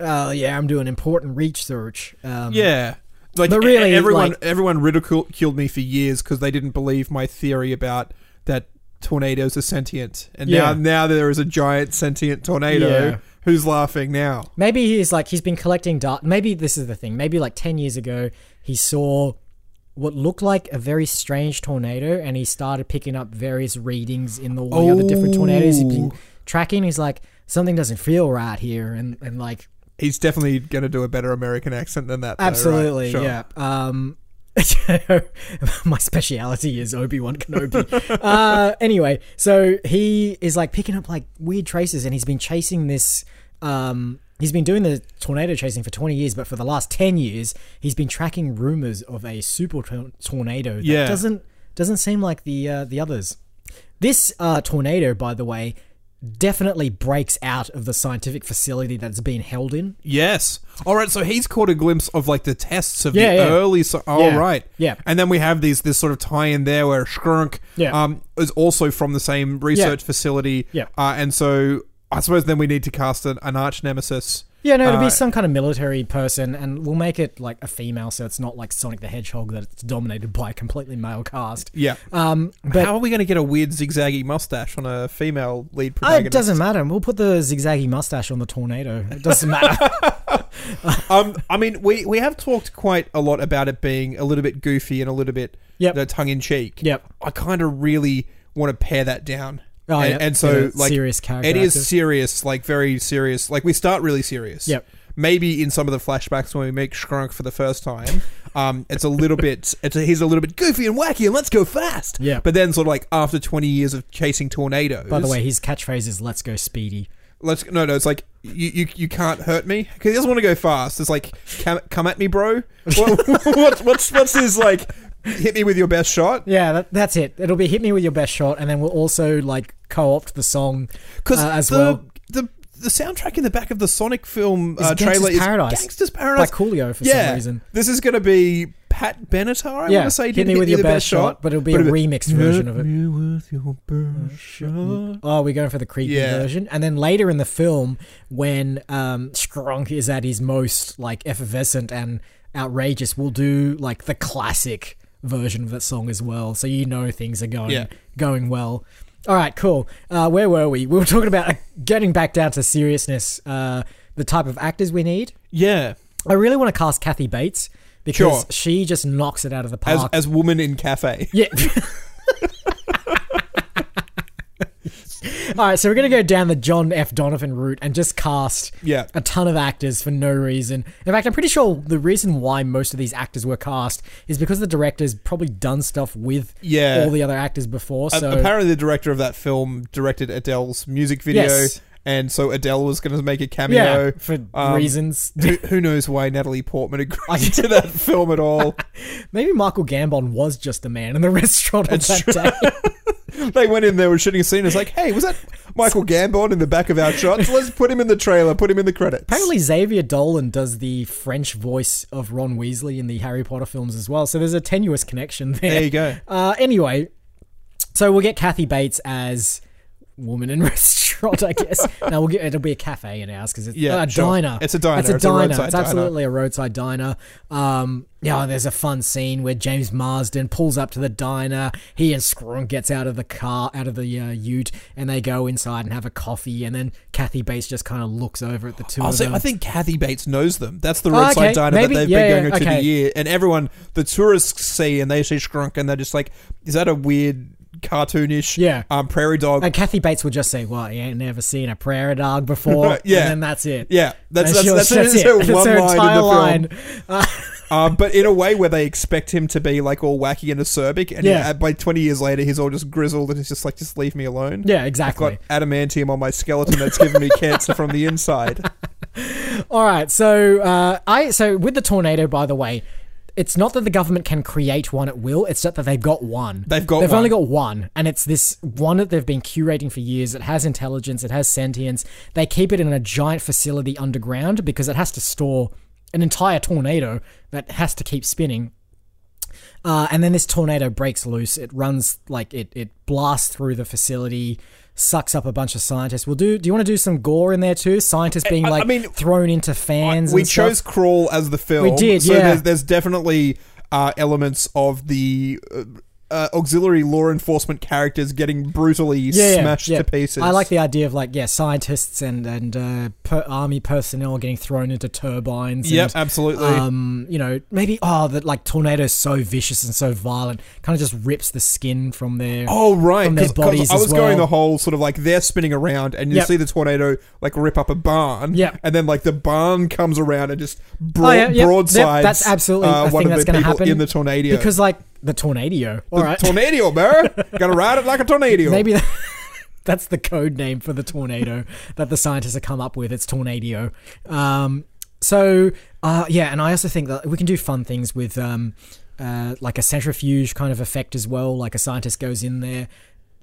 oh yeah, I'm doing important research. Um,
Yeah. Like
But
really,
really,
everyone,
like-
everyone ridiculed me for years because they didn't believe my theory about that tornadoes are sentient, and now
Yeah.
now there is a giant sentient tornado.
Yeah.
Who's laughing now?
Maybe he's like he's been collecting data. Maybe this is the thing. Maybe like ten years ago, he saw what looked like a very strange tornado, and he started picking up various readings in the, all the other different tornadoes he's been
Oh.
tracking. He's like, something doesn't feel right here, and and like
He's definitely going to do a better American accent than that. though, right?
Absolutely,
Sure.
yeah. Um, my speciality is Obi Wan Kenobi. uh, anyway, so he is like picking up like weird traces, and he's been chasing this. Um, he's been doing the tornado chasing for twenty years, but for the last ten years, he's been tracking rumors of a super tor- tornado that
Yeah.
doesn't Doesn't seem like the uh, the others. This uh, tornado, by the way, definitely breaks out of the scientific facility that it's being held in.
Yes. All right. So he's caught a glimpse of like the tests of
Yeah,
the
yeah.
early. So- oh,
Yeah.
right.
Yeah.
And then we have these this sort of tie in there where Skrunk
Yeah.
um, is also from the same research
Yeah.
facility.
Yeah.
Uh, and so I suppose then we need to cast an, an arch nemesis.
Yeah, no, it'll
Uh,
be some kind of military person, and we'll make it like a female, so it's not like Sonic the Hedgehog that it's dominated by a completely male cast.
Yeah.
Um, but
How are we going to get a weird zigzaggy mustache on a female lead
Uh, it
protagonist?
doesn't matter. We'll put the zigzaggy mustache on the tornado. It doesn't matter.
um, I mean, we, we have talked quite a lot about it being a little bit goofy and a little bit
Yep.
tongue in cheek.
Yep.
I kind of really want to pare that down.
Oh,
and,
yep.
and so
Get a
like
serious character
It
actor.
is serious, like very serious. Like we start really serious.
Yep.
Maybe in some of the flashbacks when we make Skrunk for the first time, um, it's a little bit. It's a, he's a little bit goofy and wacky, and let's go fast.
Yeah.
But then, sort of like after twenty years of chasing tornadoes.
By the way, his catchphrase is "Let's go speedy."
Let's no no. It's like you you, you can't hurt me because he doesn't want to go fast. It's like come, come at me, bro. What, what, what's what's his like? Hit me with your best shot.
Yeah, that, that's it. It'll be "Hit me with your best shot," and then we'll also like co-opt the song uh,
Because
as
the,
well.
the the soundtrack in the back of the Sonic film
Is
uh, trailer
Gangsta's
is
Paradise
Gangsta's Paradise
by Coolio for some
yeah,
reason.
This is going to be Pat Benatar. I
yeah,
want to say
"Hit
did
me with your
the
best, shot," but it'll be a remixed version of it.
it.
Oh, we're going for the creepy
Yeah.
version. And then later in the film, when um, Skronk is at his most like effervescent and outrageous, we'll do like the classic version of that song as well. So you know things are going
Yeah.
going well. All right, cool. Uh, where were we? We were talking about uh, getting back down to seriousness. Uh, the type of actors we need.
Yeah,
I really want to cast Kathy Bates because
Sure.
she just knocks it out of the
as
park.
as woman in cafe.
Yeah. All right, so we're going to go down the John F. Donovan route and just cast
Yeah.
a ton of actors for no reason. In fact, I'm pretty sure the reason why most of these actors were cast is because the director's probably done stuff with
Yeah.
all the other actors before.
A-
So
apparently, the director of that film directed Adele's music video,
Yes.
and so Adele was going to make a cameo
Yeah, for
um,
reasons.
Who, who knows why Natalie Portman agreed to that film at all?
maybe Michael Gambon was just a man in the restaurant on
It's
that
true.
day.
they went in there, were shooting a scene. It's like, hey, was that Michael Gambon in the back of our shots? Let's put him in the trailer. Put him in the credits.
Apparently, Xavier Dolan does the French voice of Ron Weasley in the Harry Potter films as well. So there's a tenuous connection there.
There you go.
Uh, anyway, so we'll get Kathy Bates as woman in restaurant, I guess. no, we'll get, it'll be a cafe in ours because it's
Yeah,
uh, a
sure.
diner.
It's a diner.
It's a
It's a
diner.
roadside
it's
diner.
absolutely a roadside diner. Um, yeah, there's a fun scene where James Marsden pulls up to the diner. He and Scrum gets out of the car, out of the uh, Ute, and they go inside and have a coffee. And then Kathy Bates just kind of looks over at the two
Oh,
of
so
them.
I think Kathy Bates knows them. That's the
Oh,
roadside
okay.
diner
Maybe-
that they've
yeah,
been
yeah,
going to
okay.
the year, and everyone, the tourists see and they see Skrunk, and they're just like, "Is that a weird cartoonish,
Yeah.
um, prairie dog?"
And Kathy Bates will just say, "Well, you ain't never seen a prairie dog before."
Yeah.
and then that's it.
Yeah, that's-
And
that's-
she'll-
that's- that's her one line in the film.
Uh,
Uh, but in a way where they expect him to be like all wacky and acerbic, and
Yeah.
yeah. by twenty years later, he's all just grizzled and he's just like, "Just leave me alone."
yeah,
I've got
exactly.
adamantium on my skeleton that's giving me cancer from the inside.
All right, so uh, I so with the tornado, by the way. It's not that the government can create one at will. It's just that they've got one.
They've got
They've
one.
only got one, and it's this one that they've been curating for years. It has intelligence. It has sentience. They keep it in a giant facility underground because it has to store an entire tornado that has to keep spinning Uh, and then this tornado breaks loose. It runs like it it blasts through the facility, sucks up a bunch of scientists. We'll do. Do you want to do some gore in there too? Scientists being
I- I
like
mean,
thrown into fans.
we
and stuff.
chose Crawl as the film.
We did,
so
yeah.
There's, there's definitely uh, elements of the uh, uh, auxiliary law enforcement characters getting brutally smashed to pieces.
I like the idea of like yeah, scientists and and uh, per- army personnel getting thrown into turbines.
Yep,
and,
absolutely.
Um, you know, maybe oh, that like tornado's so vicious and so violent, kind of just rips the skin from their
Oh right,
from their
'cause- 'cause
bodies
I
as
was going
well.
the whole sort of like they're spinning around, and you
Yep.
see the tornado like rip up a barn,
Yep.
and then like the barn comes around and just bro-
Oh, yeah, yep.
broadsides.
That- that's absolutely
uh, one
a thing
of the
that's going to
people
happen
in the tornado
because like the tornado.
the
All right,
tornado, bro, gotta ride it like a tornado.
maybe that, that's the code name for the tornado that the scientists have come up with. It's tornado. Um, so uh, yeah, and I also think that we can do fun things with. Um, uh, like a centrifuge kind of effect as well. Like a scientist goes in there,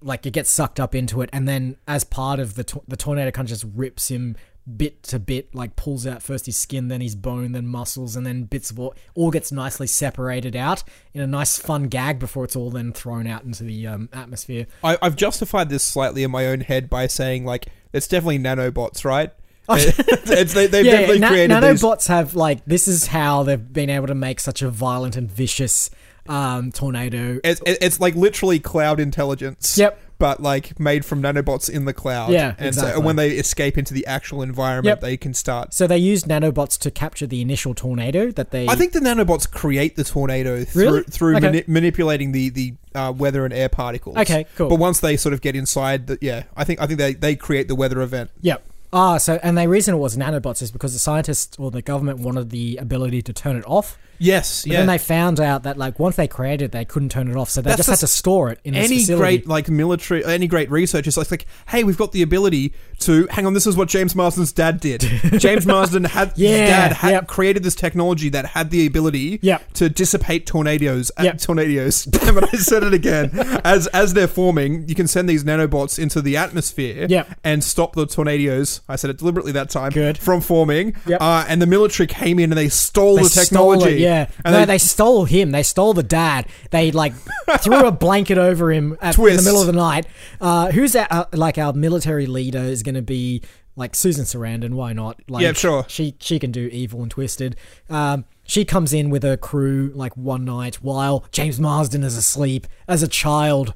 like it gets sucked up into it, and then as part of the to- the tornado, kind of just rips him bit to bit, like pulls out first his skin, then his bone, then muscles, and then bits of all, all gets nicely separated out in a nice fun gag before it's all then thrown out into the um, atmosphere.
I, I've justified this slightly in my own head by saying like it's definitely nanobots, right?
Oh.
It's- they, have definitely
na-
created these.
nanobots have like this is how they've been able to make such a violent and vicious um, tornado.
It's, it- it's like literally cloud intelligence.
Yep.
But like made from nanobots in the cloud.
Yeah,
And so
exactly.
when they escape into the actual environment,
Yep.
they can start.
So they used nanobots to capture the initial tornado that they.
I think the nanobots create the tornado through,
Really?
through
Okay.
mani- manipulating the the uh, weather and air particles.
Okay, cool.
But once they sort of get inside, the, yeah, I think I think they, they create the weather event.
Yep. Ah, so and the reason it was nanobots is because the scientists or the government wanted the ability to turn it off.
Yes,
But
yeah.
then they found out that like once they created it, they couldn't turn it off, so they
That's
just had
the
to
s-
store it in this
any
facility.
great like military any great research is like, like hey we've got the ability to hang on this is what james marsden's dad did james marsden had his
Yeah,
dad had created this technology that had the ability to dissipate tornadoes uh, tornadoes damn it i said it again as as they're forming you can send these nanobots into the atmosphere
Yep.
and stop the tornadoes i said it deliberately that time Good. from forming uh, and the military came in and they stole
They
the
stole
technology
it, yeah.
and
no,
they,
they, stole him. They stole the dad. They like threw a blanket over him at, in the
Twist.
middle of the night. Uh, who's our, uh, like our military leader is going to be like Susan Sarandon? Why not? Like,
Yeah, sure.
She she can do evil and twisted. Um, she comes in with her crew like one night while James Marsden is asleep as a child.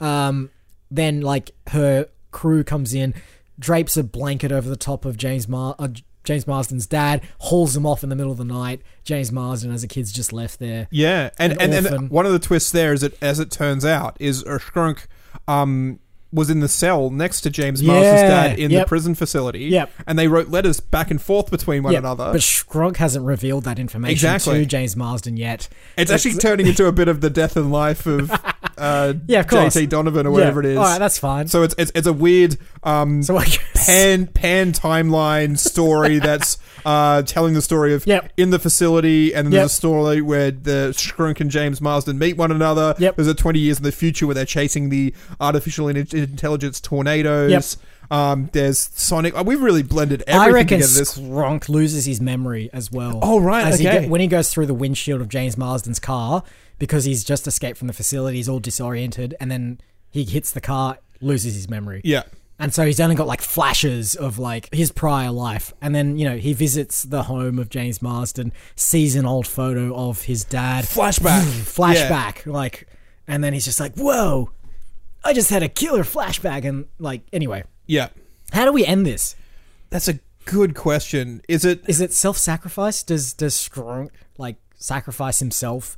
Um, then like her crew comes in, drapes a blanket over the top of James Mar. Uh, James Marsden's dad hauls him off in the middle of the night. James Marsden, as a kid's just left there.
Yeah, and
An
and,
orphan.
and one of the twists there is that, as it turns out, is Skrunk um, was in the cell next to James Marsden's
Yeah,
dad in
yep.
the prison facility.
Yep.
and they wrote letters back and forth between one
Yeah,
another.
But Skrunk hasn't revealed that information
Exactly.
to James Marsden yet.
it's actually turning into a bit of the death and life of uh,
Yeah, of course.
JT Donovan or
Yeah,
whatever it is.
all right, that's fine.
So it's it's, it's a weird um,
So I guess-
pan pan timeline story that's uh, telling the story of
Yep.
in the facility, and then
Yep.
there's a story where the Shrunk and James Marsden meet one another. There's a 20 years in the future where they're chasing the artificial in- intelligence tornadoes. Um, there's Sonic. oh, We've really blended
I
everything
reckon
together. This
Skronk loses his memory as well.
Oh, right,
as he
okay.
go- when he goes through the windshield of James Marsden's car because he's just escaped from the facility, he's all disoriented, and then he hits the car, loses his memory.
Yeah.
And so he's only got like flashes of like his prior life, and then you know he visits the home of James Marsden, sees an old photo of his dad,
Flashback.
flashback, like, and then he's just like, "Whoa, I just had a killer flashback," and like, anyway,
yeah,
how do we end this?
that's a good question. Is it?
is it self-sacrifice? Does does Skronk like sacrifice himself,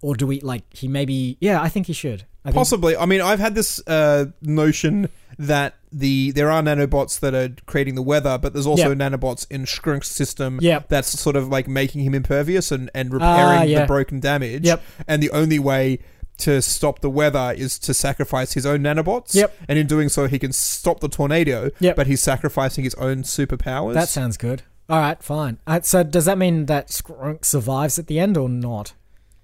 or do we like he maybe? Yeah, I think he should. I think,
Possibly. I mean, I've had this uh, notion that the there are nanobots that are creating the weather, but there's also
Yep.
nanobots in Shrink's system
Yep.
that's sort of like making him impervious and, and repairing
Ah, yeah.
the broken damage.
Yep.
And the only way to stop the weather is to sacrifice his own nanobots.
Yep.
And in doing so, he can stop the tornado,
Yep.
but he's sacrificing his own superpowers.
that sounds good. All right, fine. Uh, so does that mean that Skronk survives at the end or not?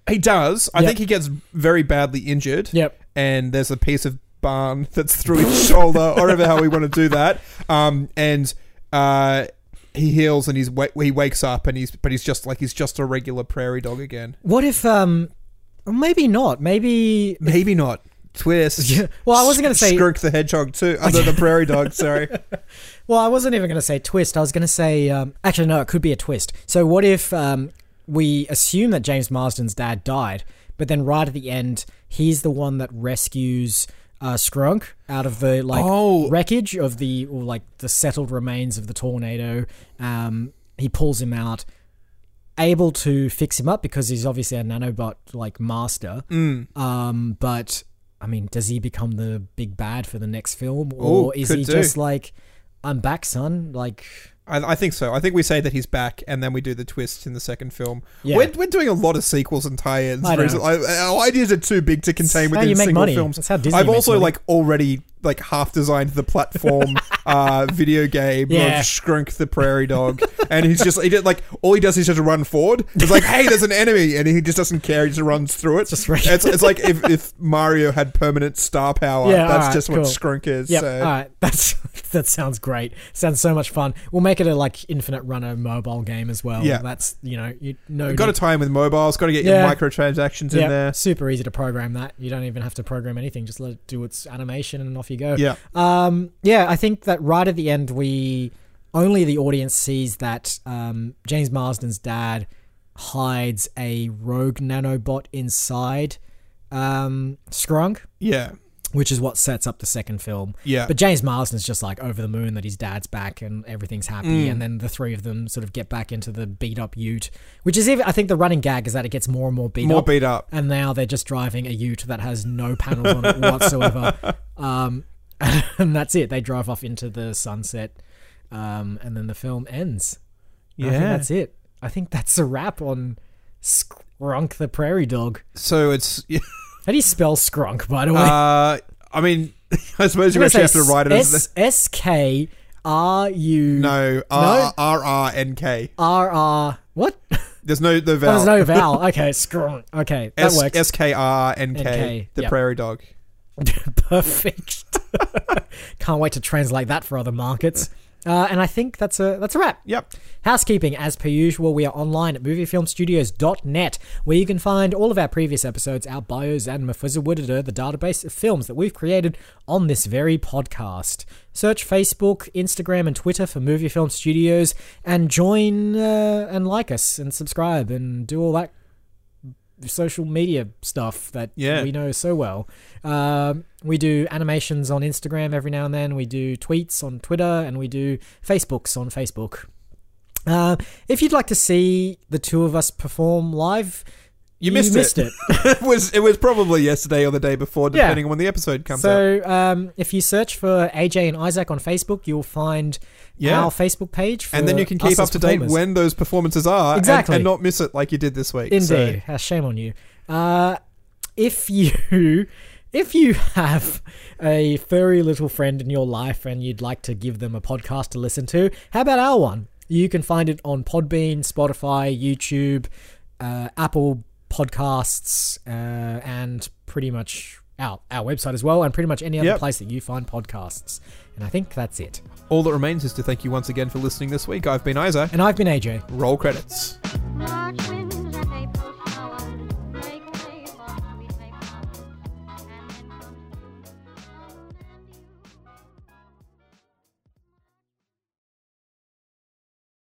He does. I
Yep.
think he gets very badly injured.
Yep.
And there's a piece of barn that's through his shoulder, or however how we want to do that. Um, and uh, he heals, and he's wa- he wakes up, and he's but he's just like he's just a regular prairie dog again.
What if um, maybe not. Maybe
Maybe not. Twist.
Yeah. Well, I wasn't gonna say-
Skirk the hedgehog too. Other the prairie dog. Sorry.
Well, I wasn't even going to say twist. I was going to say, um, actually, no, it could be a twist. So, what if um, we assume that James Marsden's dad died, but then right at the end, he's the one that rescues uh, Skrunk out of the like
Oh.
wreckage of the or like the settled remains of the tornado. Um, he pulls him out, able to fix him up because he's obviously a nanobot like master.
Mm.
Um, but I mean, does he become the big bad for the next film,
Ooh,
or is
Oh, could
he
do.
just like, "I'm back, son"? Like,
I, I think so. I think we say that he's back, and then we do the twist in the second film.
Yeah.
We're, we're doing a lot of sequels and tie-ins.
I know.
recently. I- Our ideas are too big to contain
how
within
you make
single
money.
films.
That's how Disney
I've
makes
also
money.
like already like half designed the platform uh, video game
Yeah.
of Shrunk the Prairie Dog, and he's just he did like all he does is just run forward. It's like, hey, there's an enemy, and he just doesn't care. He just runs through it.
right.
It's, it's like if, if Mario had permanent star power.
Yeah,
that's
alright,
just
cool.
what Shrunk is.
Yep,
so.
all right, that's that sounds great. Sounds so much fun. We'll make it a like Infinite Runner mobile game as well.
Yeah.
that's you know you no.
Got to
need-
tie in with mobiles. Got to get your
Yeah.
microtransactions in
Yep,
there.
Super easy to program that. You don't even have to program anything. Just let it do its animation and off you go.
Yeah.
Um, yeah, I think that right at the end, we only the audience sees that um, James Marsden's dad hides a rogue nanobot inside um, Skrunk.
Yeah.
Which is what sets up the second film.
Yeah.
But James Marsden's just like over the moon that his dad's back and everything's happy.
Mm.
And then the three of them sort of get back into the beat up ute, which is even, I think the running gag is that it gets more and more beat
More
up.
beat up.
And now they're just driving a ute that has no panels on it whatsoever. Um, and that's it. They drive off into the sunset. Um, and then the film ends. And I think
Yeah.
that's it. I think that's a wrap on Skrunk the Prairie Dog.
So it's.
How do you spell Skrunk, by the way?
Uh, I mean, I suppose you actually have to write it as
S S K R U.
no R R R N K.
R R. What?
There's no the
Oh,
vowel.
there's no vowel. Okay, Skrunk. Okay, that
S-
works.
SKRNK,
NK,
the
yep.
prairie dog.
Perfect. Can't wait to translate that for other markets. Uh, and I think that's a that's a wrap.
Yep.
Housekeeping, as per usual, we are online at moviefilmstudios.net, where you can find all of our previous episodes, our bios, and Mufasa Woodeder, the database of films that we've created on this very podcast. Search Facebook, Instagram, and Twitter for Movie Film Studios, and join uh, and like us and subscribe and do all that social media stuff that
Yeah.
we know so well. Um, we do animations on Instagram every now and then. We do tweets on Twitter, and we do Facebooks on Facebook. Uh, if you'd like to see the two of us perform live,
You missed,
it.
it was it was probably yesterday or the day before,
Yeah.
depending on when the episode comes out.
so um, if you search for AJ and Isaac on Facebook, you'll find
Yeah.
our Facebook page. For
And then you can
us
keep up
as
to date
performers.
when those performances are, and-
Exactly.
and, not miss it like you did this week.
Indeed,
So-
Ah, shame on you. Uh, if you if you have a furry little friend in your life and you'd like to give them a podcast to listen to, how about our one? You can find it on Podbean, Spotify, YouTube, uh, Apple Podcasts, uh, and pretty much our our website as well, and pretty much any other
Yep.
place that you find podcasts. And I think that's it.
all that remains is to thank you once again for listening this week. I've been Isaac.
And I've been AJ.
Roll credits.
March